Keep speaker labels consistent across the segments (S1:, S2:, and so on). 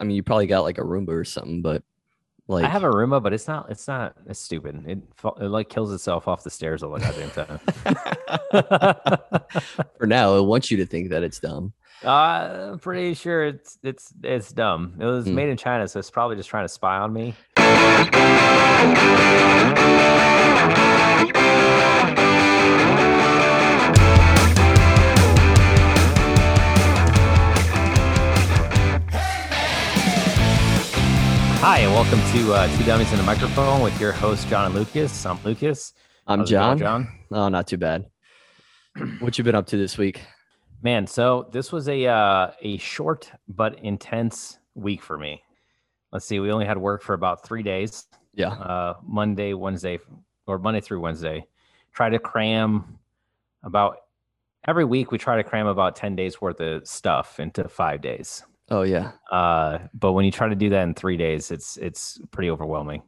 S1: mean, you probably got like a Roomba or something, but like
S2: I have a Roomba, but it's not. It's not. It's stupid. It, fa- it like kills itself off the stairs all the goddamn time.
S1: for now, I want you to think that it's dumb.
S2: uh, I'm pretty sure it's it's it's dumb. It was
S1: Hmm.
S2: made in China, so it's probably just trying to spy on me. Hi, and welcome to uh, Two Dummies and a Microphone with your host John and Lucas. I'm Lucas.
S1: I'm
S2: How's it going,
S1: John.
S2: John.
S1: Oh, not too bad. What you been up to this week?
S2: Man, so this was a uh, a short but intense week for me. Let's see, we only had work for about three days,
S1: Yeah.
S2: uh, Monday, Wednesday, or Monday through Wednesday. Try to cram about every week. We try to cram about ten days worth of stuff into five days.
S1: Oh yeah.
S2: Uh, but when you try to do that in three days, it's it's pretty overwhelming.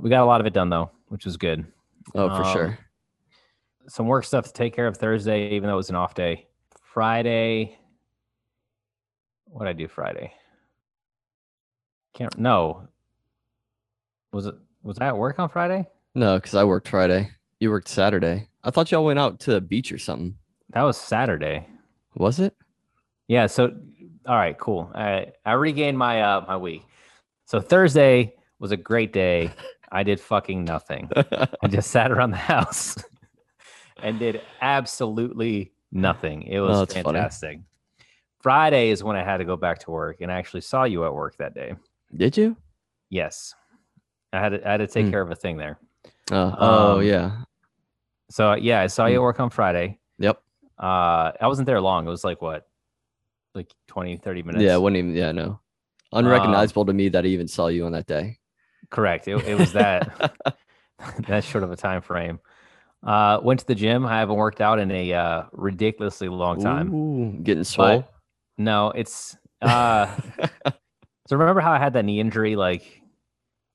S2: We got a lot of it done though, which was good
S1: Oh, for
S2: Um,
S1: sure.
S2: some work stuff to take care of Thursday, even though it was an off day. Friday, what did I do Friday? Can't no. Was it was I at work on Friday?
S1: No, because I worked Friday. You worked Saturday. I thought y'all went out to the beach or something.
S2: That was Saturday.
S1: Was it?
S2: Yeah. So, all right, cool. I I regained my uh my week. So Thursday was a great day. I did fucking nothing. I just sat around the house and did absolutely nothing. It was
S1: Oh, that's funny.
S2: fantastic. Friday is when I had to go back to work, and I actually saw you at work that day.
S1: Did you?
S2: Yes, I had to, I had to take
S1: Hmm.
S2: care of a thing there.
S1: Uh, oh
S2: Um,
S1: yeah.
S2: So yeah, I saw you at work on Friday.
S1: Hmm. Yep.
S2: Uh, I wasn't there long. It was like what, like 20, 30 minutes.
S1: Yeah. Wouldn't even. Yeah. No. Unrecognizable
S2: Um,
S1: to me that I even saw you on that day.
S2: Correct. It, it was that that short of a time frame. Uh, went to the gym. I haven't worked out in a uh, ridiculously long time.
S1: Ooh, getting swole.
S2: No, it's uh so remember how I had that knee injury like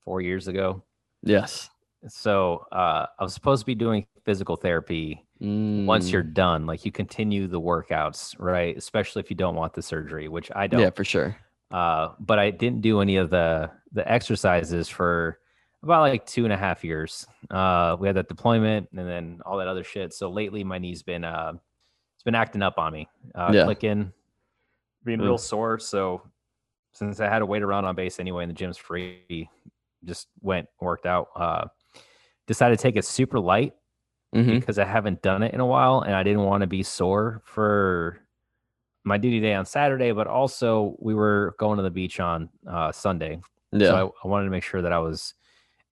S2: four years ago?
S1: yes.
S2: So uh I was supposed to be doing physical therapy once
S1: Mm,
S2: you're done. Like you continue the workouts, right? Especially if you don't want the surgery, which I don't.
S1: Yeah, for sure.
S2: Uh but I didn't do any of the the exercises for about like two and a half years. Uh we had that deployment and then all that other shit. So lately my knee's been uh it's been acting up on me. Uh
S1: Yeah.
S2: clicking, being
S1: Mm.
S2: real sore. So since I had to wait around on base anyway and the gym's free, just went worked out. Uh decided to take it super light
S1: hmm
S2: because I haven't done it in a while and I didn't want to be sore for my duty day on Saturday, but also we were going to the beach on uh, Sunday.
S1: Yeah.
S2: So I, I wanted to make sure that I was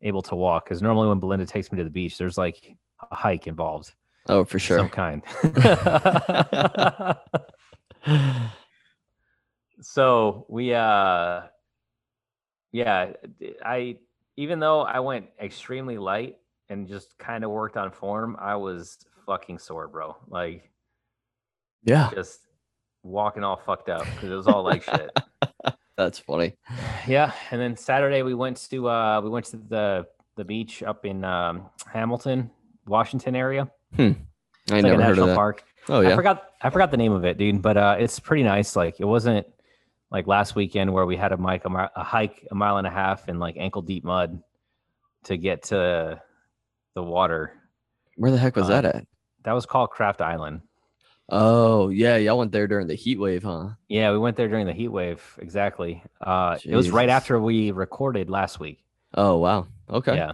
S2: able to walk because normally when Belinda takes me to the beach, there's like a hike involved,
S1: oh, for
S2: of
S1: sure.
S2: some kind. so we, uh, yeah, I even though I went extremely light and just kind of worked on form, I was fucking sore, bro. Like
S1: yeah.
S2: just walking all fucked up because it was all like shit.
S1: That's funny.
S2: Yeah, and then Saturday we went to uh we went to the the beach up in um, Hamilton, Washington area.
S1: I
S2: It's like
S1: never
S2: a
S1: heard
S2: national
S1: of that.
S2: park.
S1: Oh yeah.
S2: I forgot I forgot the name of it, dude. But uh, it's pretty nice. Like it wasn't like last weekend where we had a mic a, mi- a hike a mile and a half in like ankle deep mud to get to the water.
S1: Where the heck was
S2: uh,
S1: that at?
S2: That was called Craft Island.
S1: Oh yeah, y'all went there during the heat wave, huh?
S2: Yeah, we went there during the heat wave. Exactly. Uh, it was right
S1: Jesus.
S2: after we recorded last week.
S1: Oh wow. Okay. Yeah.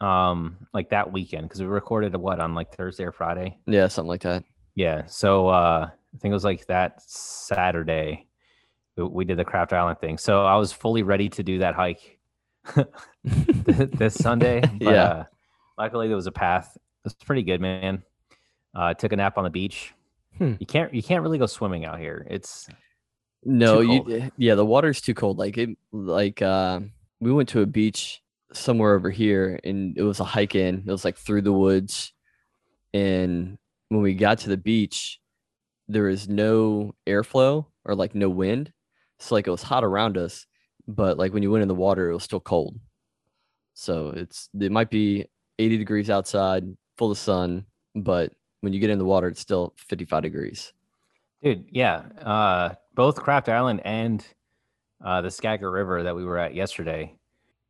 S2: Yeah. Um, like that weekend because we recorded what on like Thursday or Friday.
S1: something like that.
S2: Yeah. So uh, I think it was like that Saturday. We, we did the Craft Island thing, so I was fully ready to do that hike this Sunday. But,
S1: Yeah.
S2: Uh, luckily, there was a path. It was pretty good, man. Uh, took a nap on the beach.
S1: Hmm.
S2: You can't you can't really go swimming out here. It's
S1: no, you.
S2: cold.
S1: eh, Yeah, the water's too cold. Like it. Like uh, we went to a beach somewhere over here, and it was a hike in. It was like through the woods, and when we got to the beach, there was no airflow or like no wind, so like it was hot around us, but like when you went in the water, it was still cold. So it's it might be 80 degrees outside, full of sun, but when you get in the water, it's still 55 degrees.
S2: Dude, yeah. Uh, both Craft Island and uh, the Skagit River that we were at yesterday,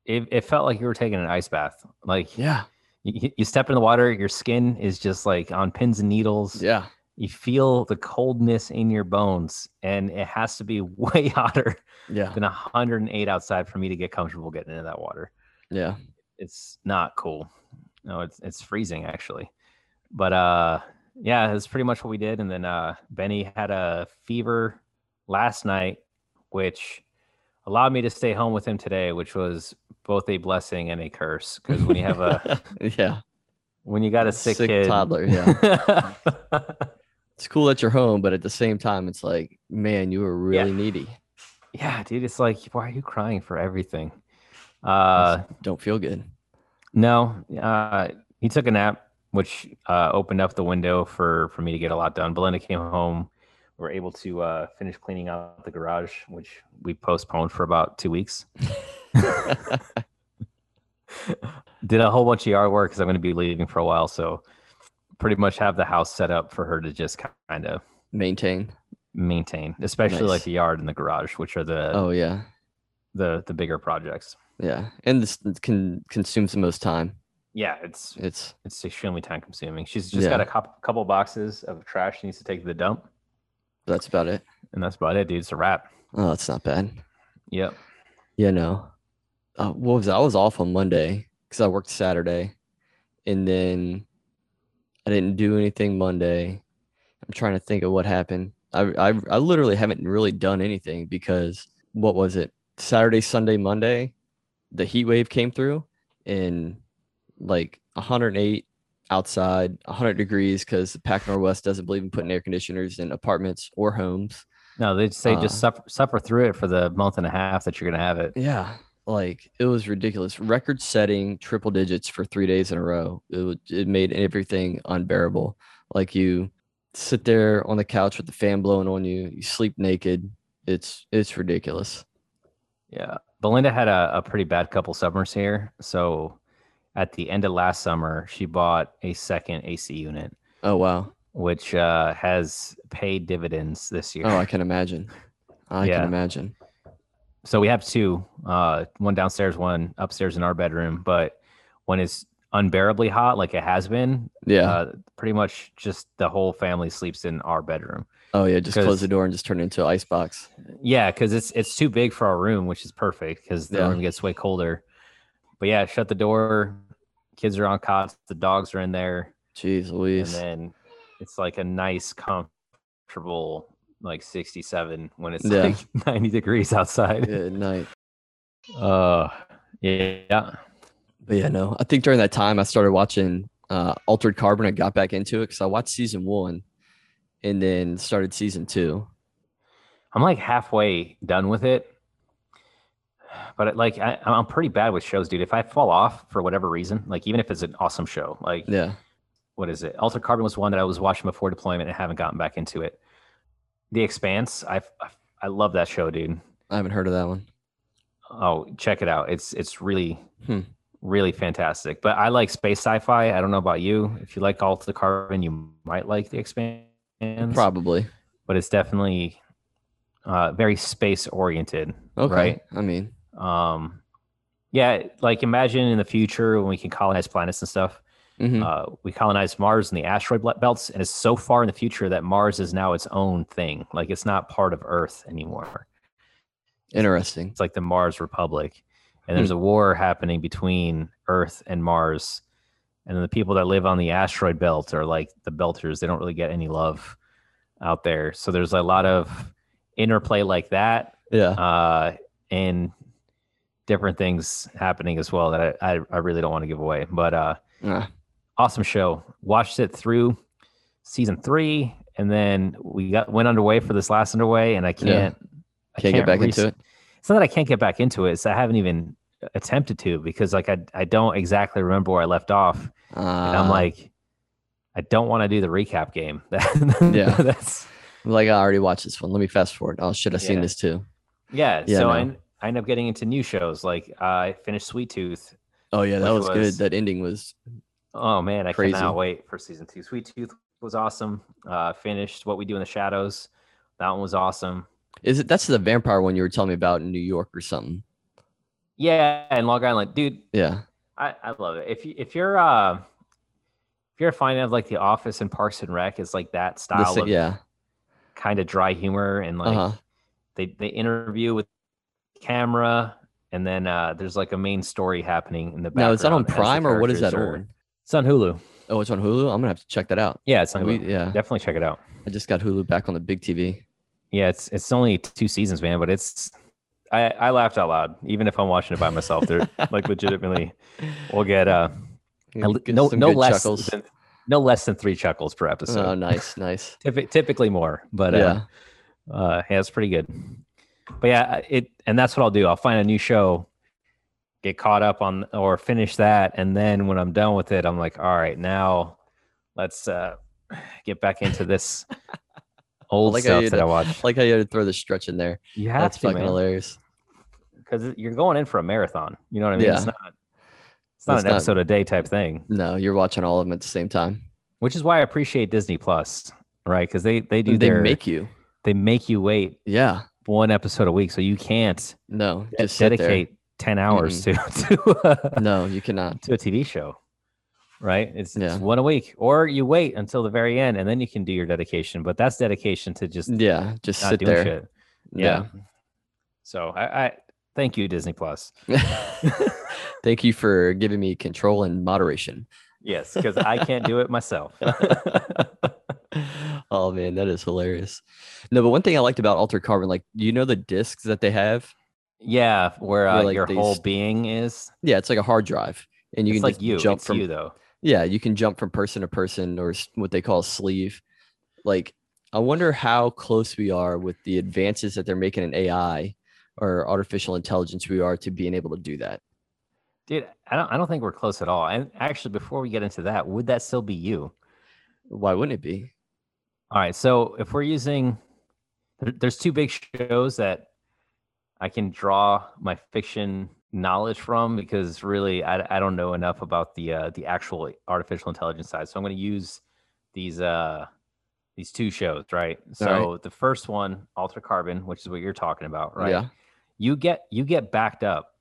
S2: it, it felt like you were taking an ice bath. Like
S1: Yeah.
S2: you, you step in the water, your skin is just like on pins and needles.
S1: Yeah.
S2: You feel the coldness in your bones, and it has to be way hotter
S1: Yeah.
S2: than 108 outside for me to get comfortable getting into that water.
S1: Yeah.
S2: It's not cool. No, it's it's freezing actually. But uh yeah, that's pretty much what we did. And then uh Benny had a fever last night, which allowed me to stay home with him today, which was both a blessing and a curse. Because when you have a
S1: yeah.
S2: when you got a sick,
S1: Sick
S2: kid,
S1: toddler,
S2: yeah.
S1: It's cool that you're home, but at the same time, it's like, man, you were really needy.
S2: yeah, dude. It's like, why are you crying for everything? Uh
S1: Don't feel good.
S2: No, uh, he took a nap, which uh, opened up the window for for me to get a lot done. Belinda came home. We were able to uh, finish cleaning out the garage, which we postponed for about two weeks. Did a whole bunch of yard work because I'm going to be leaving for a while, so pretty much have the house set up for her to just kind of
S1: Maintain.
S2: maintain, especially like
S1: Nice.
S2: the yard and the garage, which are the
S1: Oh yeah.
S2: the the bigger projects.
S1: Yeah. And this can consumes the most time.
S2: Yeah, it's
S1: It's
S2: it's extremely time consuming. She's just
S1: Yeah.
S2: got a cou- couple boxes of trash she needs to take to the dump,
S1: that's about it.
S2: and that's about it, dude. It's a wrap.
S1: Oh, that's not bad.
S2: Yep.
S1: you know, uh, what was I was off on Monday because I worked Saturday, and then I didn't do anything Monday. I'm trying to think of what happened. I I, I literally haven't really done anything because what was it? Saturday, Sunday, Monday, the heat wave came through, and like 108 outside, 100 degrees because Pac Northwest doesn't believe in putting air conditioners in apartments or homes.
S2: No, they just say
S1: Uh,
S2: just suffer, suffer through it for the month and a half that you're gonna have it.
S1: Yeah, like it was ridiculous. Record setting triple digits for three days in a row. It, wa- it made everything unbearable. Like you sit there on the couch with the fan blowing on you, you sleep naked. It's it's ridiculous.
S2: Yeah. Belinda had a, a pretty bad couple summers here, so at the end of last summer, she bought a second AC unit,
S1: Oh wow.
S2: which uh, has paid dividends this year.
S1: Oh, I can imagine. I
S2: Yeah.
S1: can imagine.
S2: so we have two uh one downstairs one upstairs in our bedroom but when it's unbearably hot like it has been
S1: Yeah.
S2: uh pretty much just the whole family sleeps in our bedroom
S1: oh yeah. Just
S2: because-
S1: close the door and just turn it into an ice box.
S2: yeah because it's it's too big for our room which is perfect because the
S1: Yeah.
S2: room gets way colder but yeah shut the door kids are on cots the dogs are in there
S1: Jeez Louise.
S2: and then it's like a nice comfortable like 67 when it's
S1: Yeah.
S2: like 90 degrees outside
S1: Good night.
S2: uh yeah
S1: But yeah, no, I think during that time I started watching uh, Altered Carbon. I got back into it because I watched season one, and then started season two.
S2: I'm like halfway done with it, but it, like I, I'm pretty bad with shows, dude. If I fall off for whatever reason, like even if it's an awesome show, like
S1: Yeah,
S2: what is it? Alter Carbon was one that I was watching before deployment and haven't gotten back into it. The Expanse, I I love that show, dude.
S1: I haven't heard of that one.
S2: Oh, check it out. It's it's really
S1: Hmm.
S2: really fantastic. But I like space sci-fi. I don't know about you. If you like Alter Carbon, you might like The Expanse.
S1: Probably.
S2: but it's definitely uh, very space oriented.
S1: Okay.
S2: Right.
S1: I mean,
S2: um yeah like imagine in the future when we can colonize planets and stuff
S1: mhm.
S2: uh we colonize mars and the asteroid bel- belts and it's so far in the future that mars is now its own thing like it's not part of earth anymore
S1: interesting.
S2: it's like the mars republic and there's a war happening between earth and mars and then the people that live on the asteroid belt are like the belters they don't really get any love out there so there's a lot of interplay like that
S1: Yeah.
S2: uh, and different things happening as well that I, I, I really don't want to give away. But uh,
S1: Ah,
S2: awesome show. Watched it through season three, and then we got went underway for this last underway, and I can't I
S1: can't, get back into it.
S2: It's not that I can't get back into it. It's I haven't even attempted to because like I I don't exactly remember where I left off,
S1: Uh,
S2: and I'm like. I don't want to do the recap game.
S1: Yeah.
S2: that's
S1: like I already watched this one. Let me fast forward. Oh shit, I have seen
S2: Yeah.
S1: this too.
S2: yeah.
S1: Yeah,
S2: so
S1: no.
S2: I, en- I end up getting into new shows. Like I finished Sweet Tooth,
S1: Oh yeah, that
S2: Which
S1: was,
S2: was-
S1: good. That ending was.
S2: Oh man, I
S1: Crazy.
S2: cannot wait for season two. Sweet Tooth was awesome. Uh, finished What We Do in the Shadows. That one was awesome.
S1: Is it that's the vampire one you were telling me about in New York or something?
S2: Yeah, and Long Island, dude,
S1: Yeah.
S2: I, I love it. If you if you're uh if you're a fan of like The Office and Parks and Rec, it's like that
S1: The
S2: style
S1: sa-
S2: of
S1: yeah.
S2: kind of dry humor and like
S1: uh-huh.
S2: they they interview with camera and then uh there's like a main story happening in the background.
S1: Now is that on
S2: as the
S1: Prime or what is that
S2: characters are-
S1: on?
S2: It's on Hulu.
S1: Oh, it's on Hulu. I'm gonna have to check that out.
S2: Yeah, it's on
S1: We-
S2: Hulu.
S1: yeah,
S2: Definitely check it out.
S1: I just got Hulu back on the big TV.
S2: Yeah, it's it's only two seasons, man, but it's I I laughed out loud even if I'm watching it by myself. They're like legitimately we'll get uh
S1: You
S2: at le-
S1: get
S2: no
S1: some
S2: no
S1: good
S2: less
S1: chuckles.
S2: than no less than 3 chuckles per episode.
S1: Oh, nice, nice.
S2: Typi- typically more, but uh,
S1: yeah,
S2: uh yeah it's pretty good but yeah I- it and that's what i'll do i'll find a new show get caught up on or finish that and then when i'm done with it i'm like all right now let's uh get back into this old
S1: like how
S2: stuff
S1: you
S2: that
S1: did-
S2: i watched
S1: like I had to throw the stretch in there.
S2: you
S1: That's
S2: have to
S1: fucking
S2: man
S1: hilarious.
S2: because you're going in for a marathon you know what i mean it's
S1: Yeah.
S2: not it's not
S1: It's
S2: an
S1: not-
S2: episode a day type thing
S1: No, you're watching all of them at the same time.
S2: which is why i appreciate disney plus right because they they do
S1: they
S2: their,
S1: make you.
S2: they make you wait
S1: Yeah.
S2: one episode a week so you can't
S1: No,
S2: de-
S1: just sit there.
S2: dedicate 10 hours to to, uh,
S1: No, you cannot.
S2: to a TV show, right? It's,
S1: Yeah.
S2: it's one a week, or you wait until the very end and then you can do your dedication. But that's dedication to just
S1: Yeah, just
S2: not
S1: sit
S2: doing
S1: there.
S2: shit. Yeah.
S1: No.
S2: So I, I thank you, Disney Plus.
S1: Thank you for giving me control and moderation.
S2: Yes, because I can't do it myself.
S1: oh man, that is hilarious. No, but one thing I liked about Alter Carbon, like you know the discs that they have.
S2: yeah, where
S1: Yeah,
S2: uh,
S1: like
S2: your
S1: they
S2: whole
S1: s-
S2: being is.
S1: Yeah, it's like a hard drive, and you
S2: it's
S1: can
S2: like
S1: just
S2: you.
S1: jump
S2: it's
S1: from
S2: you though.
S1: yeah, you can jump from person to person or s- what they call a sleeve. Like, I wonder how close we are with the advances that they're making in AI or artificial intelligence we are to being able to do that.
S2: Dude, I don't I don't think we're close at all. And actually before we get into that, would that still be you?
S1: Why wouldn't it be?
S2: All right. So if we're using, there- there's two big shows that I can draw my fiction knowledge from because really I, I don't know enough about the uh, the actual artificial intelligence side. So I'm going to use these uh these two shows, right? So the first one, Alter Carbon, which is what you're talking about, right?
S1: Yeah.
S2: You get you get backed up,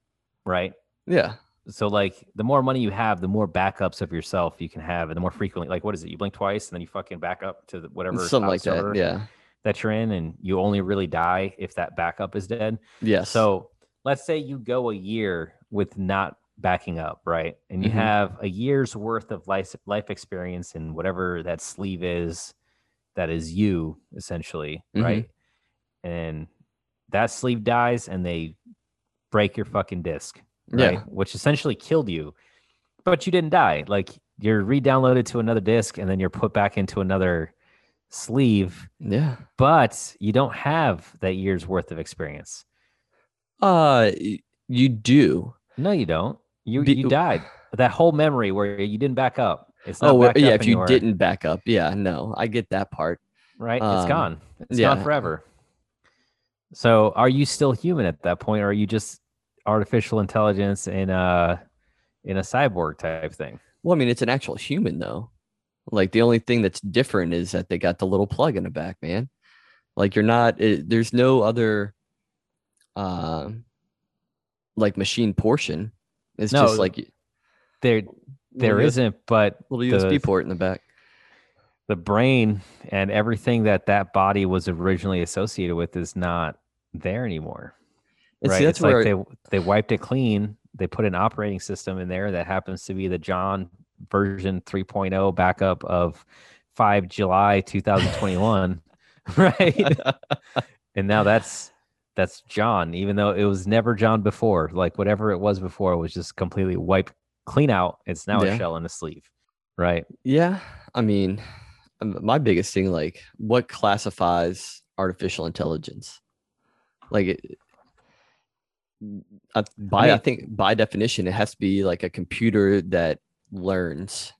S2: right?
S1: Yeah.
S2: So like the more money you have, the more backups of yourself you can have, and the more frequently, like what is it? You blink twice and then you fucking back up to the, whatever
S1: Something like
S2: cloud
S1: that.
S2: server
S1: Yeah.
S2: that you're in and you only really die if that backup is dead.
S1: Yes.
S2: So let's say you go a year with not backing up, right? And you
S1: Mhm.
S2: have a year's worth of life life experience in whatever that sleeve is that is you essentially,
S1: Mhm.
S2: right?
S1: Mm-hmm.
S2: And that sleeve dies and they break your fucking disc, right?
S1: yeah.
S2: Which essentially killed you. But you didn't die. Like you're re-downloaded to another disc and then you're put back into another sleeve
S1: Yeah.
S2: but you don't have that year's worth of experience.
S1: Uh, y- you do.
S2: No, you don't. You
S1: Be-
S2: you died. That whole memory where you didn't back up. It's not
S1: Oh, well,
S2: back
S1: yeah.
S2: up
S1: If you
S2: anywhere,
S1: didn't back up, yeah. No, I get that part.
S2: right?
S1: um,
S2: it's gone. It's
S1: yeah.
S2: gone forever. So, are you still human at that point, or are you just artificial intelligence in a in a cyborg type thing?
S1: Well, I mean, it's an actual human though. Like the only thing that's different is that they got the little plug in the back, man. Like you're not. It, there's no other, um, like machine portion. It's
S2: No,
S1: just like y-
S2: There there
S1: little, U-
S2: not but
S1: little USB
S2: the-
S1: port in the back.
S2: the brain and everything that that body was originally associated with is not there anymore.
S1: And see,
S2: right?
S1: that's
S2: it's
S1: where
S2: like they they wiped it clean. They put an operating system in there that happens to be the John version 3.0 backup of 5 July 2021, right? and now that's that's John, even though it was never John before. Like whatever it was before was just completely wiped clean out. It's now
S1: Yeah.
S2: a shell and a sleeve, right?
S1: Yeah, I mean, um, my biggest thing, like, what classifies artificial intelligence? Like, it, I, by I
S2: mean-
S1: think by definition, it has to be like a computer that learns.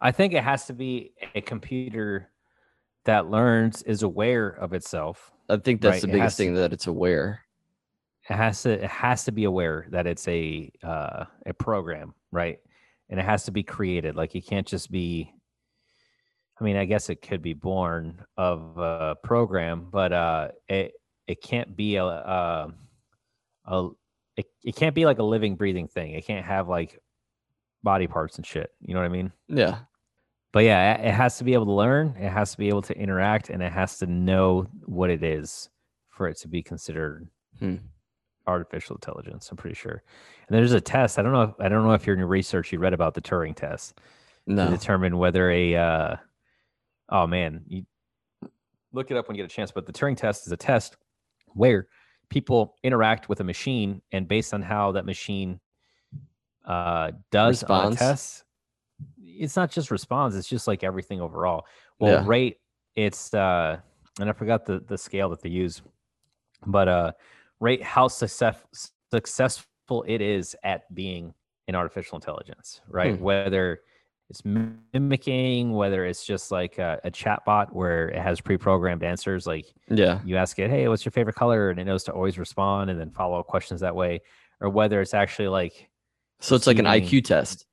S2: I think it has to be a computer that learns is aware of itself
S1: I think that's
S2: Right,
S1: the
S2: it
S1: biggest
S2: has to-
S1: thing that it's aware.
S2: it has to it has to be aware that it's a uh, a program right and it has to be created like you can't just be i mean i guess it could be born of a program but uh it it can't be a uh, a it, it can't be like a living breathing thing. It can't have like body parts and shit. You know what I mean?
S1: Yeah.
S2: But yeah, it it has to be able to learn. It has to be able to interact, and it has to know what it is for it to be considered
S1: Hmm.
S2: artificial intelligence. I'm pretty sure. And there's a test. I don't know. If, I don't know if you're in your research you read about the Turing test to
S1: No.
S2: determine whether a uh, oh man you look it up when you get a chance but the turing test is a test where people interact with a machine and based on how that machine uh, does on a
S1: Responds?
S2: test it's not just response it's just like everything overall well
S1: Yeah.
S2: rate it's uh and i forgot the the scale that they use but uh rate how success, successful it is at being an artificial intelligence right
S1: Hmm.
S2: whether it's mimicking whether it's just like a, a chat bot where it has pre-programmed answers like
S1: Yeah.
S2: you ask it hey what's your favorite color and it knows to always respond and then follow up questions that way or whether it's actually like
S1: So it's like an
S2: Receiving.
S1: IQ test.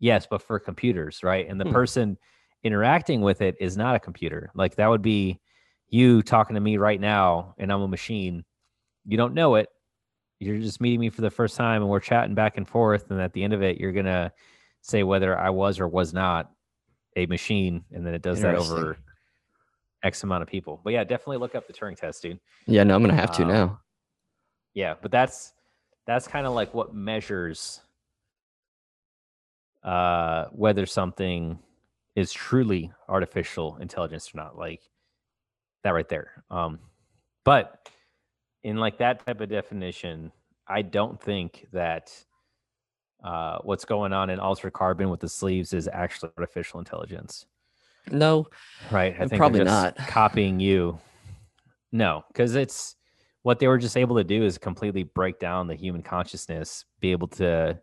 S2: yes but for computers right and the
S1: Hmm.
S2: person interacting with it is not a computer like that would be you talking to me right now and i'm a machine you don't know it you're just meeting me for the first time and we're chatting back and forth and at the end of it you're gonna say whether i was or was not a machine and then it does that
S1: Interesting.
S2: over x amount of people but yeah definitely look up the turing test dude
S1: Yeah. No, I'm gonna have to
S2: Um,
S1: now.
S2: yeah but that's that's kind of like what measures uh whether something is truly artificial intelligence or not like that right there um but in like that type of definition i don't think that uh what's going on in ultra carbon with the sleeves is actually artificial intelligence
S1: No.
S2: right? I
S1: And
S2: they're
S1: probably
S2: just
S1: not.
S2: copying you. No, because it's what they were just able to do is completely break down the human consciousness, be able to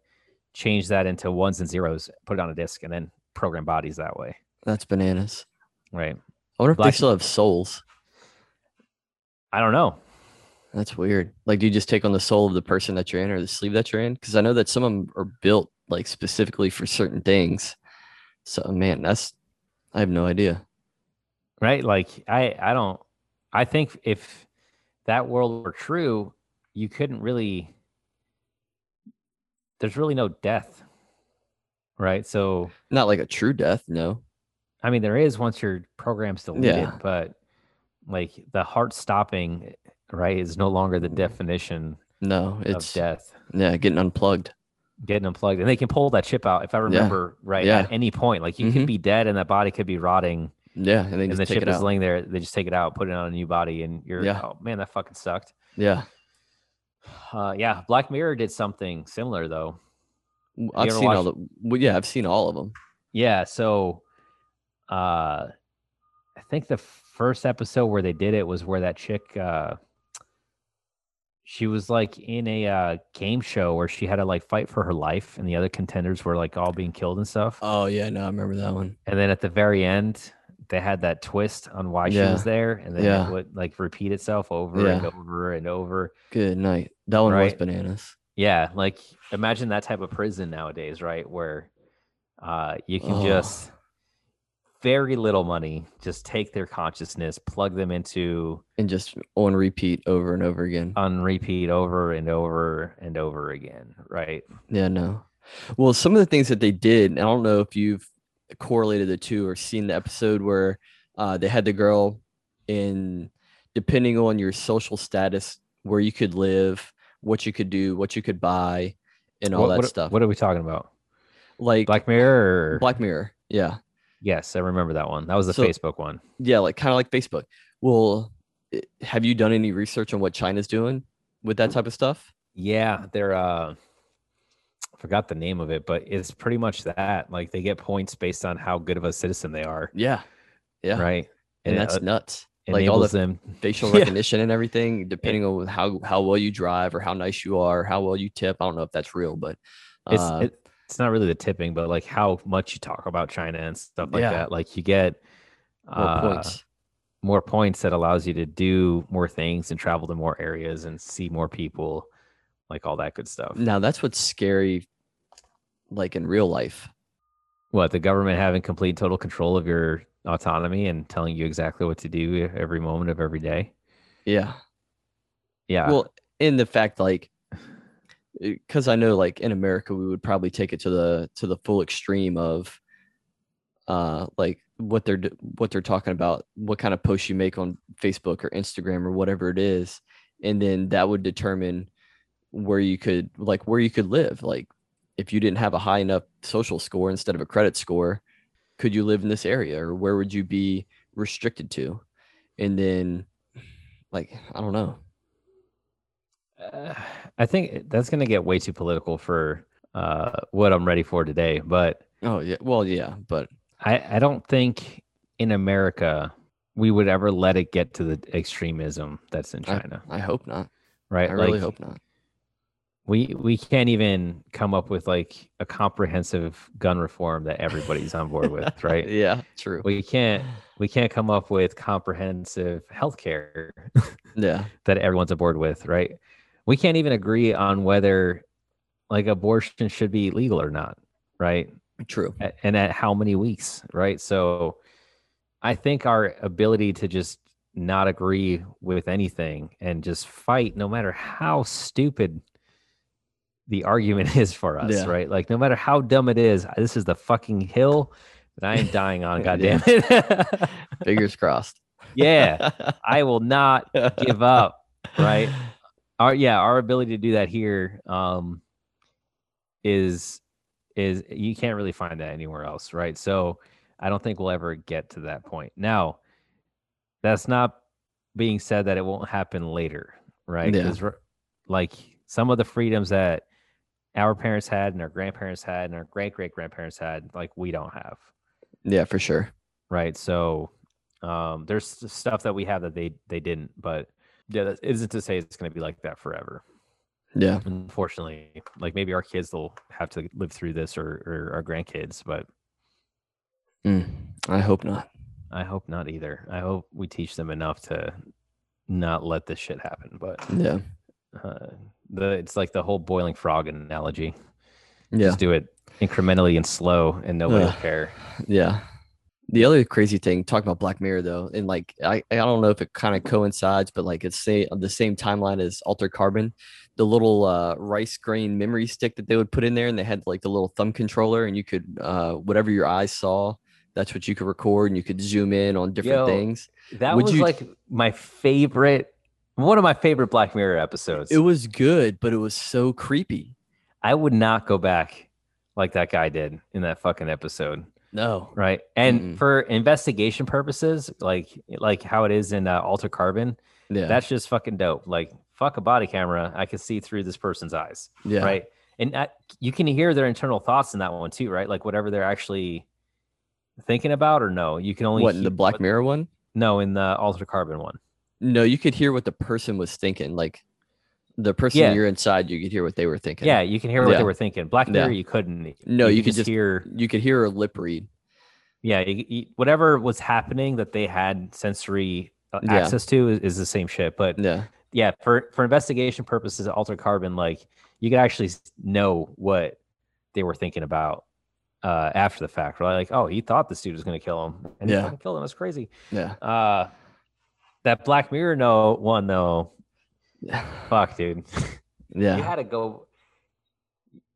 S2: change that into ones and zeros, put it on a disc, and then program bodies that way,
S1: That's bananas.
S2: right?
S1: I wonder if
S2: Black-
S1: they still have souls.
S2: I don't know.
S1: That's weird. Like, do you just take on the soul of the person that you're in or the sleeve that you're in? Because I know that some of them are built like specifically for certain things. So, man, that's I have no idea.
S2: right like i i don't i think if that world were true you couldn't really there's really no death right so
S1: Not like a true death, no.
S2: i mean there is once your program's deleted
S1: Yeah.
S2: but like the heart stopping right is no longer the
S1: Mm.
S2: definition
S1: No,
S2: of
S1: it's
S2: death
S1: yeah, getting unplugged.
S2: getting unplugged and they can pull that chip out if i remember right
S1: Yeah.
S2: at any point like you could
S1: Mhm.
S2: be dead and that body could be rotting
S1: Yeah, and they
S2: and
S1: just
S2: the
S1: take
S2: chip
S1: it
S2: is
S1: out.
S2: laying there they just take it out put it on a new body and you're
S1: Yeah.
S2: oh man that fucking sucked
S1: yeah,
S2: Uh, yeah, Black Mirror did something similar though.
S1: W- I've
S2: ever
S1: seen all the. Well, yeah, I've seen all of them.
S2: Yeah, so uh, I think the first episode where they did it was where that chick uh, she was like in a uh, game show where she had to like fight for her life, and the other contenders were like all being killed and stuff.
S1: Oh yeah, no, I remember that one.
S2: and then at the very end, they had that twist on why she
S1: Yeah.
S2: was there, and then
S1: Yeah.
S2: it would like repeat itself over and over and over.
S1: Good night. That one was
S2: Right.
S1: bananas.
S2: Yeah, like imagine that type of prison nowadays, right? Where uh, you can
S1: Ugh.
S2: just very little money, just take their consciousness, plug them into
S1: And just on repeat over and over again.
S2: on repeat over and over and over again, right?
S1: Yeah, no. Well, some of the things that they did, and I don't know if you've correlated the two or seen the episode where uh, they had the girl in, depending on your social status, where you could live, what you could do, what you could buy, and all
S2: What-
S1: that
S2: what,
S1: stuff.
S2: What are we talking about?
S1: like Black,
S2: Black Mirror. or-
S1: Mirror. Yeah.
S2: Yes, I remember that one. That was the
S1: So-
S2: Facebook one.
S1: Yeah. Like kind of like Facebook. Well, i- have you done any research on what China's doing with that type of stuff?
S2: Yeah, they're uh forgot the name of it, but it's pretty much that. Like they get points based on how good of a citizen they are,
S1: Yeah. Yeah.
S2: right?
S1: And
S2: it,
S1: that's
S2: uh,
S1: nuts. Like all
S2: enables
S1: the
S2: them
S1: facial
S2: Yeah.
S1: recognition and everything, depending on how how well you drive or how nice you are, how well you tip. I don't know if that's real, but
S2: it's
S1: uh,
S2: it, it's not really the tipping, but like how much you talk about China and stuff like
S1: Yeah.
S2: that. Like you get
S1: more
S2: uh,
S1: points.
S2: more points that allows you to do more things and travel to more areas and see more people, like all that good stuff.
S1: Now that's what's scary, like in real life.
S2: What the government having complete and total control of your autonomy and telling you exactly what to do every moment of every day.
S1: yeah.
S2: Yeah.
S1: Well, in the fact like because I know like in America we would probably take it to the to the full extreme of uh like what they're d- what they're talking about, what kind of posts you make on Facebook or Instagram or whatever it is, and then that would determine where you could like where you could live. Like if you didn't have a high enough social score instead of a credit score, could you live in this area or where would you be restricted to? And then like I don't know.
S2: Uh, I think that's going to get way too political for uh, what I'm ready for today. But
S1: Oh yeah. Well, yeah, but
S2: I, I don't think in America we would ever let it get to the extremism that's in China,
S1: I hope not.
S2: right?
S1: I really
S2: Like,
S1: hope not.
S2: we we can't even come up with like a comprehensive gun reform that everybody's on board with, right?
S1: Yeah, true.
S2: We can't we can't come up with comprehensive healthcare
S1: yeah.
S2: that everyone's aboard with, right? We can't even agree on whether like abortion should be legal or not, right?
S1: True.
S2: A- And at how many weeks, right? So I think our ability to just not agree with anything and just fight no matter how stupid the argument is for us,
S1: Yeah.
S2: right? Like no matter how dumb it is, this is the fucking hill that I am dying on,
S1: Yeah.
S2: goddamn it.
S1: Fingers crossed.
S2: yeah, I will not give up right? our yeah our ability to do that here um is is you can't really find that anywhere else right so i don't think we'll ever get to that point now that's not being said that it won't happen later right
S1: Yeah.
S2: 'Cause r- like some of the freedoms that our parents had and our grandparents had and our great great grandparents had like we don't have
S1: Yeah, for sure.
S2: right so um there's s- stuff that we have that they they didn't but yeah that isn't to say it's going to be like that forever
S1: Yeah.
S2: unfortunately like maybe our kids will have to live through this or, or our grandkids but
S1: Mm, I hope not.
S2: i hope not either i hope we teach them enough to not let this shit happen but
S1: Yeah.
S2: uh, the it's like the whole boiling frog analogy
S1: Yeah.
S2: just do it incrementally and slow and nobody will
S1: Ugh.
S2: care
S1: Yeah. The other crazy thing, talking about Black Mirror though, and like I, I don't know if it kind of coincides, but like it's say on the same timeline as Alter Carbon, the little uh, rice grain memory stick that they would put in there, and they had like the little thumb controller, and you could uh, whatever your eyes saw, that's what you could record, and you could zoom in on different
S2: Yo,
S1: things.
S2: that
S1: Would
S2: was
S1: you-
S2: like my favorite one of my favorite black mirror episodes
S1: It was good, but it was so creepy.
S2: I would not go back like that guy did in that fucking episode,
S1: No.
S2: right? And
S1: Mm-mm.
S2: for investigation purposes, like like how it is in uh, Alter Carbon,
S1: Yeah.
S2: that's just fucking dope. Like fuck a body camera, I can see through this person's eyes,
S1: yeah.
S2: right? And I, you can hear their internal thoughts in that one too, right? Like whatever they're actually thinking about, or no, you can only
S1: What in the
S2: hear-
S1: Black Mirror one?
S2: No, in the Alter Carbon one.
S1: No, you could hear what the person was thinking. Like the person
S2: Yeah.
S1: you're inside, you could hear what they were thinking.
S2: Yeah, you can hear what
S1: Yeah.
S2: they were thinking. Black
S1: Yeah.
S2: Mirror, you couldn't.
S1: No, you
S2: could
S1: could just-
S2: hear.
S1: You could hear a lip read.
S2: yeah you, you- whatever was happening that they had sensory uh,
S1: Yeah.
S2: access to is, is the same shit but
S1: Yeah.
S2: yeah for for investigation purposes alter carbon like you could actually s- know what they were thinking about uh after the fact right like oh he thought this dude was going to kill him and
S1: Yeah.
S2: he fucking killed him that's crazy
S1: Yeah.
S2: uh that black mirror no one though fuck dude you
S1: Yeah.
S2: had to go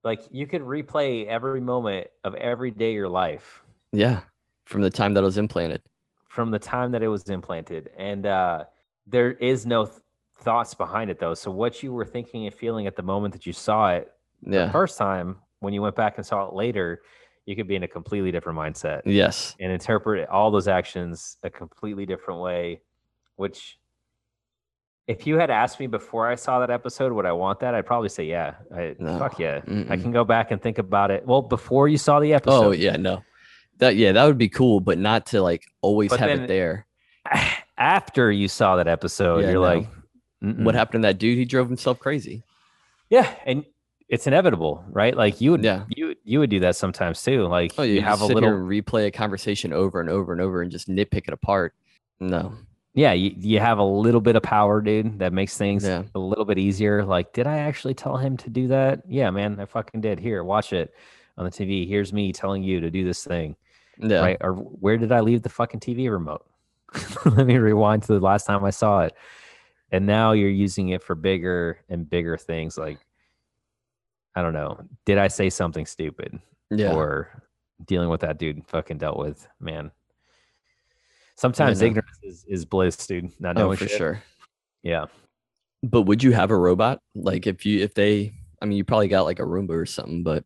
S2: like you could replay every moment of every day of your life
S1: Yeah. From the time that it was implanted.
S2: from the time that it was implanted and uh there is no th- thoughts behind it though so what you were thinking and feeling at the moment that you saw it the
S1: Yeah.
S2: first time when you went back and saw it later you could be in a completely different mindset
S1: Mm. Yes.
S2: and interpret all those actions a completely different way which if you had asked me before i saw that episode would i want that i'd probably say yeah I,
S1: No.
S2: fuck yeah i
S1: Mm-mm.
S2: can go back and think about it well before you saw the episode
S1: Oh yeah. No. That yeah, that would be cool, but not to like always
S2: But
S1: have
S2: then-
S1: it there.
S2: after you saw that episode
S1: Yeah,
S2: you're
S1: no.
S2: like "Mm-mm."
S1: What happened to that dude? He drove himself crazy.
S2: Yeah, and it's inevitable, right? Like you would,
S1: Yeah.
S2: you you would do that sometimes too. Like
S1: Oh,
S2: you,
S1: just
S2: have a
S1: sit
S2: little,
S1: here and replay a conversation over and over and over and just nitpick it apart. No.
S2: yeah, you, you have a little bit of power, dude. That makes things
S1: Yeah.
S2: a little bit easier. Like, did I actually tell him to do that? Yeah, man, I fucking did. Here, watch it on the TV. Here's me telling you to do this thing,
S1: Yeah.
S2: right? Or where did I leave the fucking TV remote? Let me rewind to the last time I saw it. and now you're using it for bigger and bigger things like i don't know did i say something stupid
S1: Yeah.
S2: or dealing with that dude fucking dealt with man sometimes
S1: know.
S2: ignorance is, is bliss dude not
S1: oh,
S2: knowing
S1: for
S2: shit.
S1: sure.
S2: yeah
S1: But would you have a robot? Like if you if they I mean you probably got like a Roomba or something, but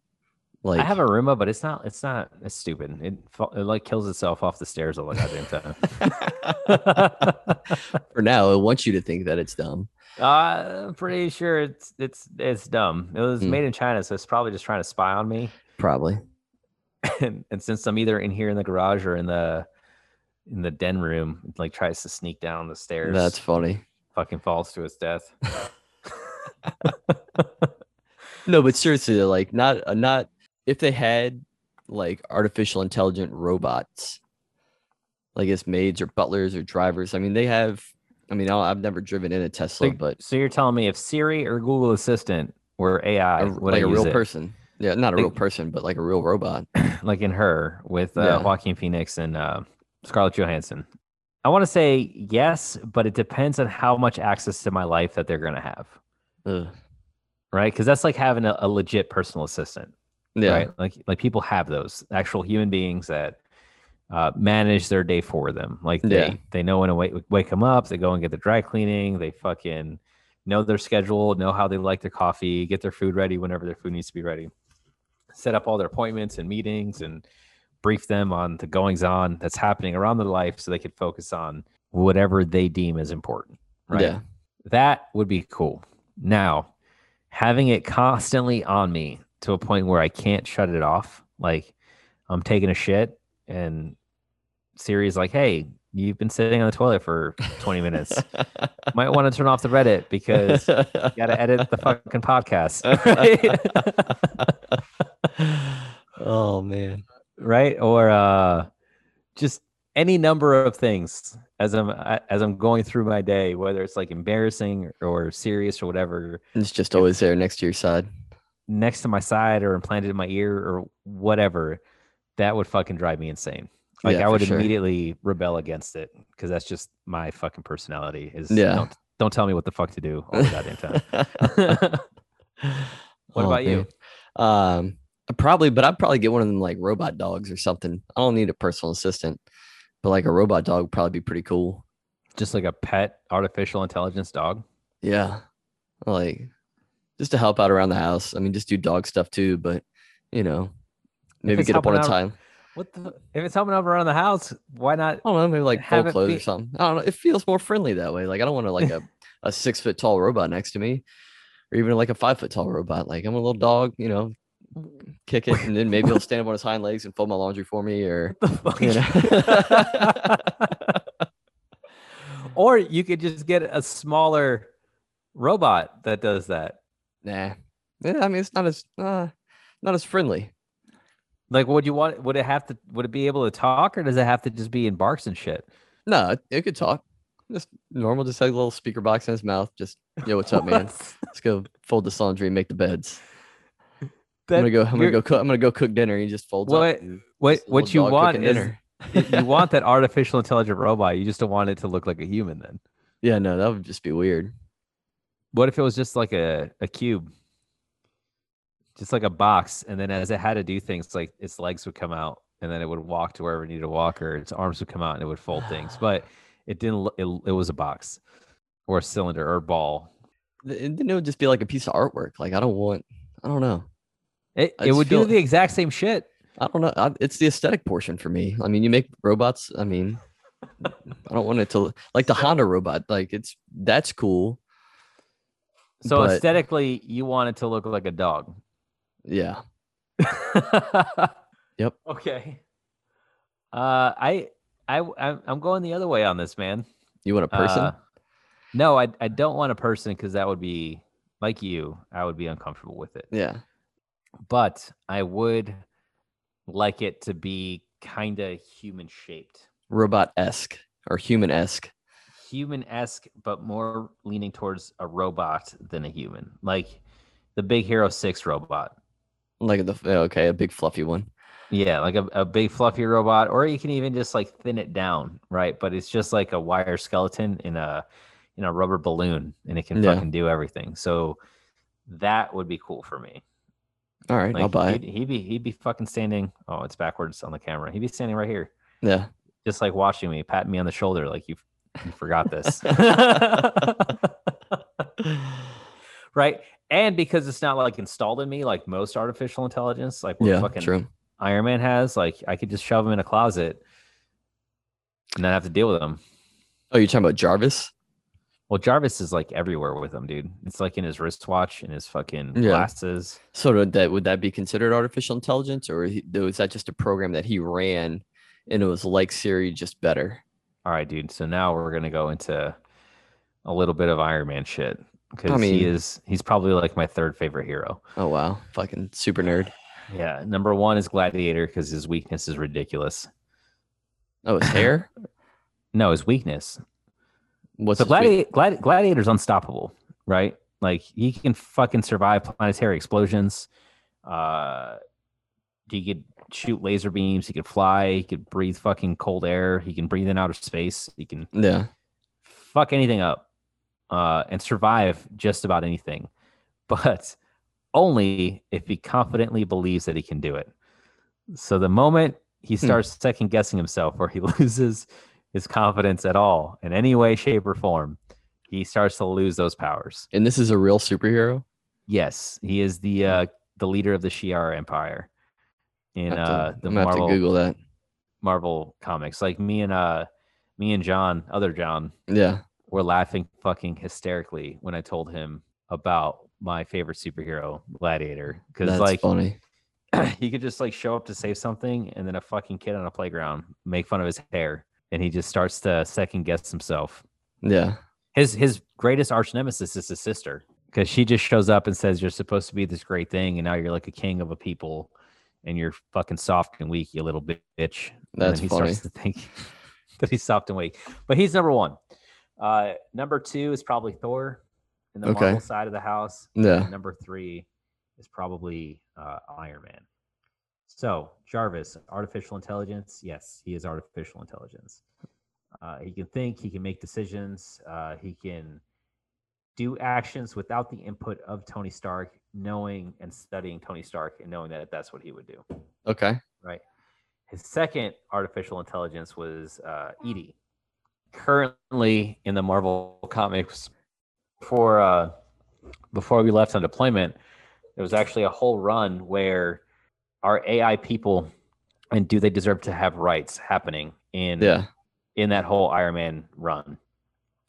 S1: like
S2: i have a roomba but it's not it's not it's stupid it, fa- it like kills itself off the stairs all the goddamn time
S1: for now, I want you to think that it's dumb.
S2: Uh, I'm pretty sure it's it's it's dumb. It was
S1: Hmm.
S2: made in China, so it's probably just trying to spy on me.
S1: Probably.
S2: and, and since I'm either in here in the garage or in the in the den room, it, like tries to sneak down the stairs.
S1: That's funny.
S2: fucking falls to its death.
S1: No, but seriously, like not uh, not if they had like artificial intelligent robots, like as maids or butlers or drivers. I mean, they have. I mean, I'll- I've never driven in a Tesla,
S2: so,
S1: but
S2: so you're telling me if Siri or Google Assistant were AI,
S1: a,
S2: would
S1: like
S2: I
S1: a
S2: use
S1: real
S2: it?
S1: person. Yeah, not a
S2: Like-
S1: real person, but like a real robot.
S2: like in her with uh,
S1: Yeah.
S2: Joaquin Phoenix and uh, Scarlett Johansson. I want to say yes, but it depends on how much access to my life that they're going to have,
S1: Ugh.
S2: right? Because that's like having a, a legit personal assistant,
S1: Yeah,
S2: right? Like like people have those actual human beings that uh, manage their day for them. Like they
S1: Yeah.
S2: they know when to wake wake them up, they go and get the dry cleaning, they fucking know their schedule, know how they like their coffee, get their food ready whenever their food needs to be ready, set up all their appointments and meetings, and brief them on the goings on that's happening around their life, so they could focus on whatever they deem is important. Right?
S1: yeah.
S2: That would be cool. Now, having it constantly on me to a point where I can't shut it off, like I'm taking a shit and Siri's like, hey, you've been sitting on the toilet for 20 minutes. Might want to turn off the Reddit because you got to edit the fucking podcast. Right?
S1: oh man.
S2: right? Or uh, just any number of things as I'm I- as I'm going through my day, whether it's like embarrassing or serious or whatever.
S1: It's just always there next to your side.
S2: next to my side or implanted in my ear or whatever, that would fucking drive me insane. Like
S1: Yeah,
S2: I
S1: for
S2: would
S1: sure.
S2: immediately rebel against it because that's just my fucking personality. Is
S1: Yeah.
S2: Don't, don't tell me what the fuck to do all the goddamn time. What about you?
S1: you? Oh, Um, I probably, but I'd probably get one of them like robot dogs or something. I don't need a personal assistant, but like a robot dog would probably be pretty cool.
S2: Just like a pet artificial intelligence dog.
S1: Yeah, like just to help out around the house. I mean, just do dog stuff too, but you know, maybe
S2: it's
S1: get up on a
S2: helping out-
S1: time.
S2: What the? If it's helping up around the house, why not?
S1: I don't know, maybe like
S2: Have
S1: fold
S2: it
S1: clothes
S2: be-
S1: or something. I don't know. It feels more friendly that way. Like I don't want to like a, a six foot tall robot next to me, or even like a five foot tall robot. Like I'm a little dog, you know,
S2: Mm.
S1: kick it, and then maybe he'll stand up on his hind legs and fold my laundry for me, or you know.
S2: or you could just get a smaller robot that does that.
S1: nah. Yeah, I mean it's not as uh, not as friendly.
S2: Like, would you want? Would it have to? Would it be able to talk, or does it have to just be in barks and shit?
S1: No, it, it could talk. Just normal, just like a little speaker box in his mouth. Just yo, what's up, man? Let's go fold this laundry and make the beds. I'm gonna
S2: That-
S1: go. I'm gonna
S2: you're-
S1: go. Cook, I'm gonna go cook dinner. And he just folds
S2: What-
S1: up. and
S2: What
S1: just a
S2: what
S1: little
S2: you
S1: dog
S2: want
S1: cooking
S2: is
S1: dinner.
S2: you want that artificial intelligent robot. You just don't want it to look like a human. Then,
S1: Yeah, no, that would just be weird.
S2: what if it was just like a a cube, just like a box, and then as it had to do things, like its legs would come out, and then it would walk to wherever it needed to walk, or its arms would come out and it would fold things. But it didn't. lo- It, it was a box, or a cylinder, or a ball.
S1: Th- And then it would just be like a piece of artwork. Like I don't want. I don't know.
S2: It,
S1: I
S2: it
S1: just
S2: would
S1: feel-
S2: do the exact same shit.
S1: I don't know. I, it's the aesthetic portion for me. I mean, you make robots. I mean, I don't want it to like the Honda robot. Like it's that's cool.
S2: So
S1: but-
S2: aesthetically, you want it to look like a dog.
S1: Yeah.
S2: yep. Okay. Uh, I, I, I'm I'm going the other way on this, man.
S1: You want a person?
S2: Uh, no, I, I don't want a person because that would be like you. I would be uncomfortable with it.
S1: yeah.
S2: But I would like it to be kind of human shaped,
S1: Robot esque or human esque.
S2: human esque, but more leaning towards a robot than a human, like the Big Hero Six robot.
S1: Like the okay, a big fluffy one.
S2: Yeah, like a, a big fluffy robot, or you can even just like thin it down, right? But it's just like a wire skeleton in a you know rubber balloon and it can
S1: Yeah.
S2: fucking do everything. So that would be cool for me.
S1: All right, I'll
S2: Like,
S1: buy
S2: he'd,
S1: it.
S2: he'd be he'd be fucking standing. Oh, it's backwards on the camera. He'd be standing right here,
S1: Yeah.
S2: just like watching me, patting me on the shoulder, like you, you forgot this, right? And because it's not like installed in me, like most artificial intelligence, like what
S1: yeah.
S2: fucking
S1: True.
S2: Iron Man has, like I could just shove him in a closet and not have to deal with him.
S1: Oh, you're talking about Jarvis?
S2: Well, Jarvis is like everywhere with him, dude. It's like in his wristwatch, in his fucking
S1: Yeah.
S2: glasses.
S1: So would that would that be considered artificial intelligence, or he- was that just a program that he ran, and it was like Siri just better?
S2: All right, dude. So now we're gonna go into a little bit of Iron Man shit because he
S1: mean-
S2: is he's probably like my third favorite hero.
S1: Oh wow, fucking super nerd.
S2: Yeah, number one is Gladiator because his weakness is ridiculous.
S1: Oh, his hair.
S2: No, his weakness.
S1: What's
S2: So
S1: his weak-
S2: Gladi- Glad- Gladiator's unstoppable, right? Like he can fucking survive planetary explosions. Uh, he could shoot laser beams. He could fly. He could breathe fucking cold air. He can breathe in outer space. He can
S1: Yeah.
S2: fuck anything up uh, and survive just about anything, but only if he confidently believes that he can do it. So the moment he
S1: Hmm.
S2: starts second guessing himself or he loses his confidence at all in any way, shape, or form, he starts to lose those powers.
S1: And this is a real superhero.
S2: Yes, he is the uh,
S1: Hmm.
S2: the leader of the Shi'ar Empire in
S1: Have to-
S2: uh, the
S1: I'm gonna have to
S2: Marvel
S1: Google that.
S2: Marvel comics. Like me and uh, me and John, other John,
S1: Yeah.
S2: were laughing fucking hysterically when I told him about my favorite superhero, Gladiator, because
S1: That's
S2: like
S1: funny.
S2: he could just like show up to save something, and then a fucking kid on a playground make fun of his hair, and he just starts to second guess himself.
S1: Yeah.
S2: His his greatest arch nemesis is his sister, because she just shows up and says you're supposed to be this great thing, and now you're like a king of a people, and you're fucking soft and weak, you little bi- bitch. And then
S1: That's
S2: he
S1: funny.
S2: starts to think that he's soft and weak. But he's number one. Uh, number two is probably Thor in the
S1: Okay.
S2: Marvel side of the house. and
S1: Yeah.
S2: number three is probably uh, Iron Man. So Jarvis, artificial intelligence. Yes, he is artificial intelligence. Uh, he can think. He can make decisions. Uh, he can do actions without the input of Tony Stark, knowing and studying Tony Stark and knowing that that's what he would do.
S1: Okay.
S2: Right. His second artificial intelligence was uh, Edie. Currently in the Marvel comics, before uh, before we left on deployment, there was actually a whole run where our AI people and do they deserve to have rights happening in
S1: Yeah.
S2: in that whole Iron Man run.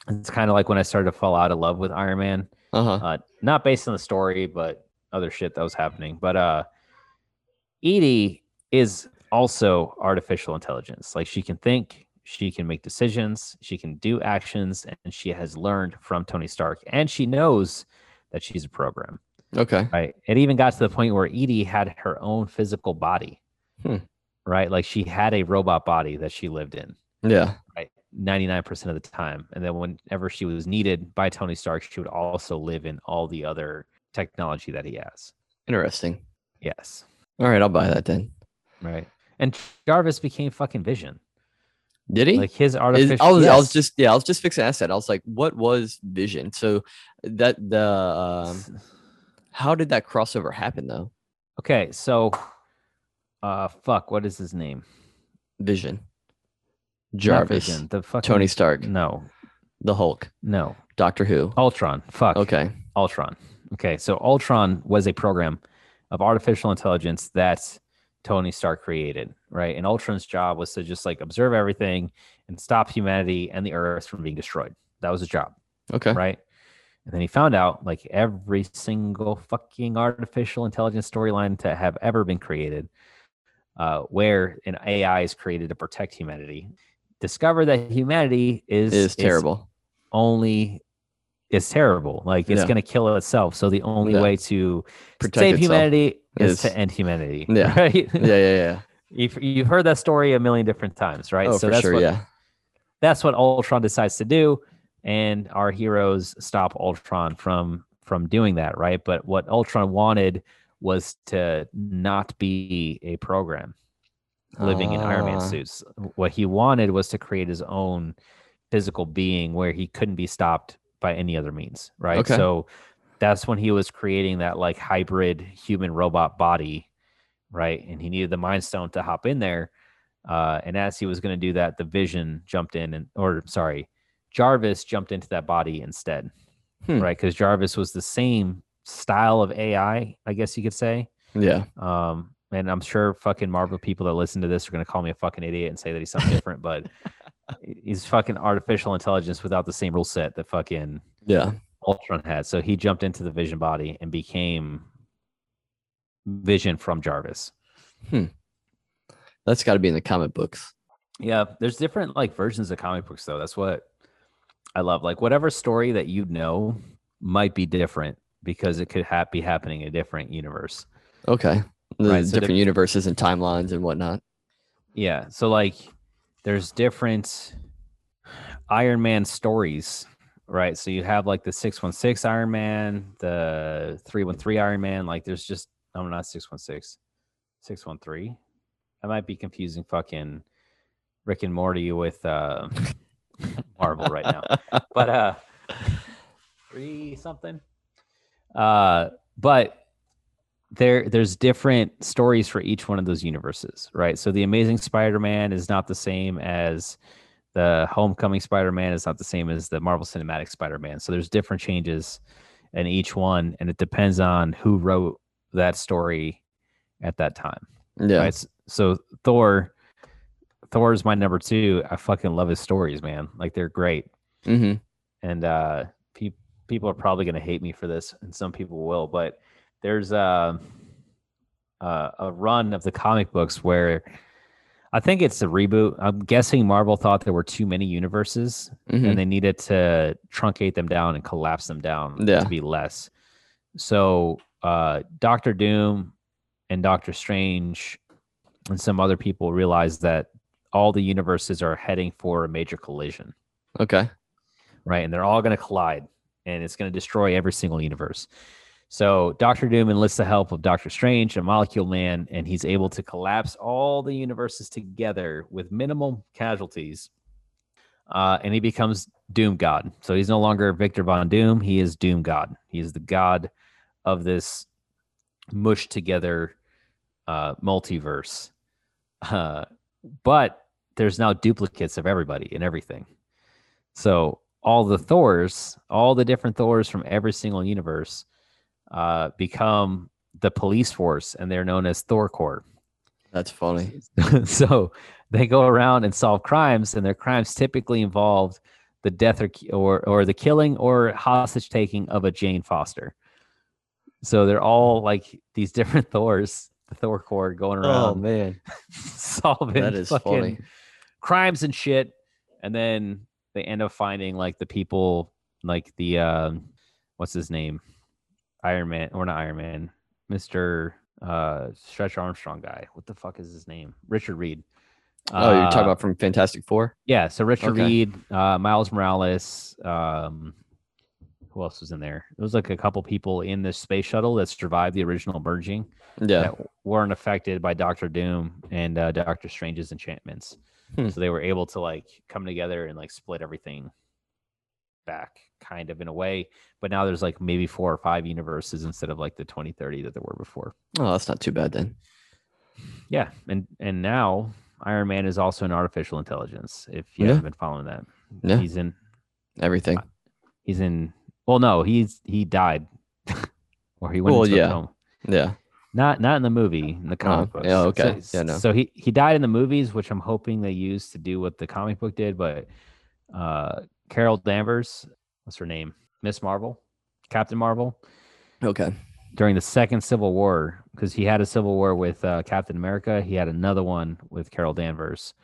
S2: It's kind of like when I started to fall out of love with Iron Man
S1: Uh huh.
S2: uh, not based on the story, but other shit that was happening. But uh, Edie is also artificial intelligence. Like she can think, she can make decisions, she can do actions, and she has learned from Tony Stark, and she knows that she's a program.
S1: Okay.
S2: Right. It even got to the point where Edie had her own physical body.
S1: Hmm.
S2: Right. Like she had a robot body that she lived in
S1: Yeah.
S2: right 99% of the time and then whenever she was needed by tony stark she would also live in all the other technology that he has
S1: Interesting.
S2: yes
S1: All right, I'll buy that then.
S2: right and jarvis became fucking vision
S1: Did he?
S2: like his
S1: Is-
S2: artificial
S1: I was, I was
S2: Yes.
S1: just yeah, I was just fixing asset. I was like, what was Vision? So that the um, how did that crossover happen though?
S2: okay so uh fuck what is his name
S1: Vision,
S2: Not
S1: Jarvis,
S2: Vision, Mm. the fucking
S1: Tony Stark,
S2: no
S1: the Hulk,
S2: no
S1: Doctor Who.
S2: ultron Oh, fuck
S1: Okay,
S2: Ultron. Okay, so Ultron was a program of artificial intelligence that Tony Stark created, right? And Ultron's job was to just like observe everything and stop humanity and the Earth from being destroyed. That was his job,
S1: okay,
S2: right? And then he found out like every single fucking artificial intelligence storyline to have ever been created, uh, where an AI is created to protect humanity, discover that humanity is
S1: is terrible.
S2: only is terrible. Like it's
S1: Yeah.
S2: going to kill itself. So the only
S1: Yeah.
S2: way to
S1: Protect
S2: save
S1: itself
S2: humanity is,
S1: is-
S2: to end humanity.
S1: Yeah.
S2: Right.
S1: yeah, yeah, yeah.
S2: You've, you've heard that story a million different times, right?
S1: oh, for
S2: that's
S1: sure.
S2: what
S1: yeah,
S2: that's what Ultron decides to do, and our heroes stop Ultron from from doing that, right? But what Ultron wanted was to not be a program living in Iron Man
S1: Ah,
S2: suits. What he wanted was to create his own physical being where he couldn't be stopped by any other means, right?
S1: Okay.
S2: So that's when he was creating that like hybrid human robot body, right? And he needed the mind stone to hop in there. Uh, and as he was going to do that, the vision jumped in and, or sorry, Jarvis jumped into that body instead,
S1: Hmm.
S2: right? Because Jarvis was the same style of AI, I guess you could say.
S1: Yeah.
S2: Um, and I'm sure fucking Marvel people that listen to this are gonna call me a fucking idiot and say that he's something different, but he's fucking artificial intelligence without the same rule set that fucking
S1: Yeah.
S2: Ultron had. So he jumped into the Vision body and became Vision from Jarvis.
S1: That's got to be in the comic books.
S2: Yeah, there's different like versions of comic books though. That's what I love. Like whatever story that you know might be different because it could ha- be happening in a different universe.
S1: Okay. There's
S2: Right, so
S1: different
S2: they're-
S1: universes and timelines and whatnot.
S2: Yeah. So like there's different Iron Man stories, right? So you have like the 616 Iron Man, the 313 Iron Man, like there's just I'm not 616. 613. I might be confusing fucking Rick and Morty with uh Marvel right now. But uh 3 something. Uh but there there's different stories for each one of those universes, right? So the Amazing Spider-Man is not the same as the Homecoming Spider-Man is not the same as the Marvel Cinematic Spider-Man. So there's different changes in each one and it depends on who wrote that story at that time.
S1: Yeah.
S2: Right? S- So Thor Thor's my number 2. I fucking love his stories, man. Like they're great
S1: hmm
S2: and uh pe- people are probably going to hate me for this and some people will but there's a, a a run of the comic books where i think it's a reboot i'm guessing marvel thought there were too many universes
S1: hmm
S2: and they needed to truncate them down and collapse them down
S1: Yeah.
S2: to be less so uh doctor doom and doctor strange and some other people realized that all the universes are heading for a major collision
S1: Okay.
S2: right? And they're all going to collide and it's going to destroy every single universe. So Doctor Doom enlists the help of Doctor Strange and Molecule Man, and he's able to collapse all the universes together with minimal casualties. Uh, and he becomes Doom God. So he's no longer Victor Von Doom. He is Doom God. He is the God of this mushed together uh, multiverse. Uh, but there's now duplicates of everybody and everything. So all the Thors, all the different Thors from every single universe, uh, become the police force, and they're known as Thor Corps.
S1: That's funny.
S2: so they go around and solve crimes, and their crimes typically involved the death or ki- or, or the killing or hostage taking of a Jane Foster. So they're all like these different Thors, the Thor Corps, going around
S1: Oh, man,
S2: solving
S1: Um, that is
S2: Oh, fucking
S1: funny.
S2: crimes and shit and then they end up finding like the people like the um what's his name iron man or not iron man mr uh stretch armstrong guy what the fuck is his name richard reed
S1: Oh, you're talking
S2: Uh,
S1: about from Fantastic Four?
S2: yeah so richard
S1: Okay.
S2: reed uh miles morales um who else was in there there was like a couple people in this space shuttle that survived the original merging
S1: Yeah.
S2: that weren't affected by Doctor Doom and uh, Doctor Strange's enchantments.
S1: Hmm.
S2: So they were able to like come together and like split everything back, kind of in a way. But now there's like maybe four or five universes instead of like the 2030 that there were before.
S1: Oh, that's not too bad then.
S2: Yeah, and and now Iron Man is also an artificial intelligence. If you
S1: Yeah.
S2: haven't been following that,
S1: Yeah.
S2: he's in Uh,
S1: Everything.
S2: he's in. Well, no, he's he died, or he went
S1: Well,
S2: into a
S1: yeah.
S2: coma.
S1: Yeah.
S2: Not not in the movie, in the comic
S1: Oh,
S2: books.
S1: yeah, okay.
S2: So,
S1: Yeah, no.
S2: so he he died in the movies, which I'm hoping they use to do what the comic book did. But uh, Carol Danvers, what's her name? Miss Marvel, Captain Marvel,
S1: Okay.
S2: during the second Civil War, because he had a Civil War with uh, Captain America. He had another one with Carol Danvers,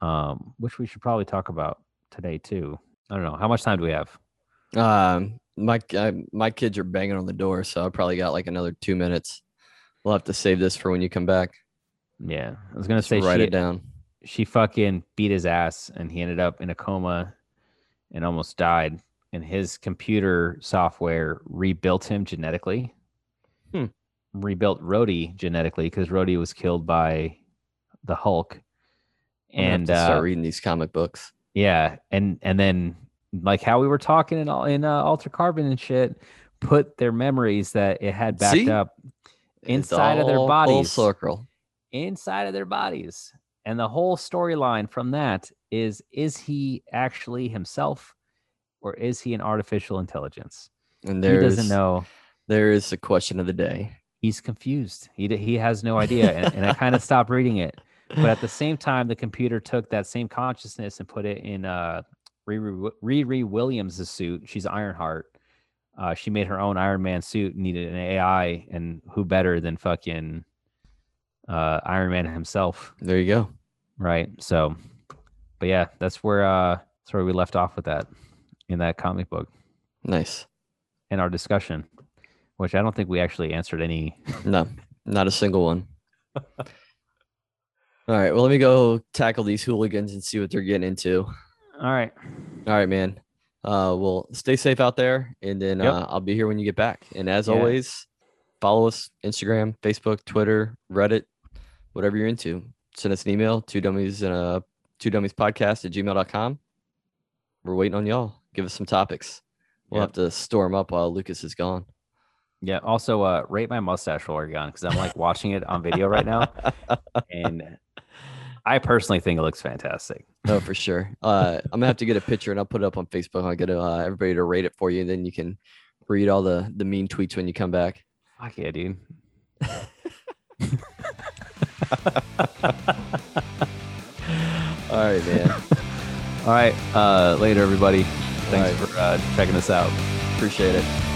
S2: um, which we should probably talk about today too. I don't know how much time do we have.
S1: Um, my uh, my kids are banging on the door, so I probably got like another two minutes. We'll have to save this for when you come back.
S2: Yeah, I was gonna
S1: Just
S2: say
S1: write
S2: she,
S1: it down.
S2: she fucking beat his ass and he ended up in a coma and almost died and his computer software rebuilt him genetically
S1: Hmm.
S2: rebuilt rhodey genetically because rhodey was killed by the hulk
S1: I'm gonna have
S2: and
S1: to
S2: uh,
S1: start reading these comic books.
S2: Yeah, and and then like how we were talking in all in uh, Alter Carbon and shit, put their memories that it had backed
S1: See?
S2: up
S1: It's
S2: Inside of their
S1: all Full
S2: bodies.
S1: circle.
S2: inside of their bodies, and the whole storyline from that is: is he actually himself, or is he an artificial intelligence?
S1: And there
S2: he
S1: is
S2: doesn't know.
S1: there is the question of the day.
S2: He's confused. He d- he has no idea, and, and I kind of stopped reading it. but at the same time, the computer took that same consciousness and put it in uh, Riri, Wi- Riri Williams' suit. She's Ironheart. Uh, she made her own Iron Man suit, needed an AI, and who better than fucking uh, Iron Man himself,
S1: there you go.
S2: right? So, but yeah, that's where uh, that's where we left off with that in that comic book
S1: Nice.
S2: in our discussion, which I don't think we actually answered any.
S1: No, not a single one. All right. Well, let me go tackle these hooligans and see what they're getting into.
S2: All right,
S1: All right, man. Uh, well, stay safe out there, and then
S2: Yep.
S1: uh, I'll be here when you get back. And as
S2: Yeah.
S1: always, follow us Instagram, Facebook, Twitter, Reddit, whatever you're into. Send us an email, two dummies and a two dummies podcast at gmail.com. We're waiting on y'all. Give us some topics. We'll
S2: Yep.
S1: have to storm up while Lucas is gone.
S2: yeah. Also, uh, rate my mustache while you're gone because I'm like watching it on video right now. and I personally think it looks fantastic.
S1: no, Oh, for sure. Uh, I'm gonna have to get a picture and I'll put it up on Facebook. I'll get uh, everybody to rate it for you, and then you can read all the the mean tweets when you come back.
S2: Fuck yeah, dude.
S1: All right, man.
S2: All right, uh, later, everybody. Thanks
S1: All
S2: for uh, checking us out.
S1: Appreciate it.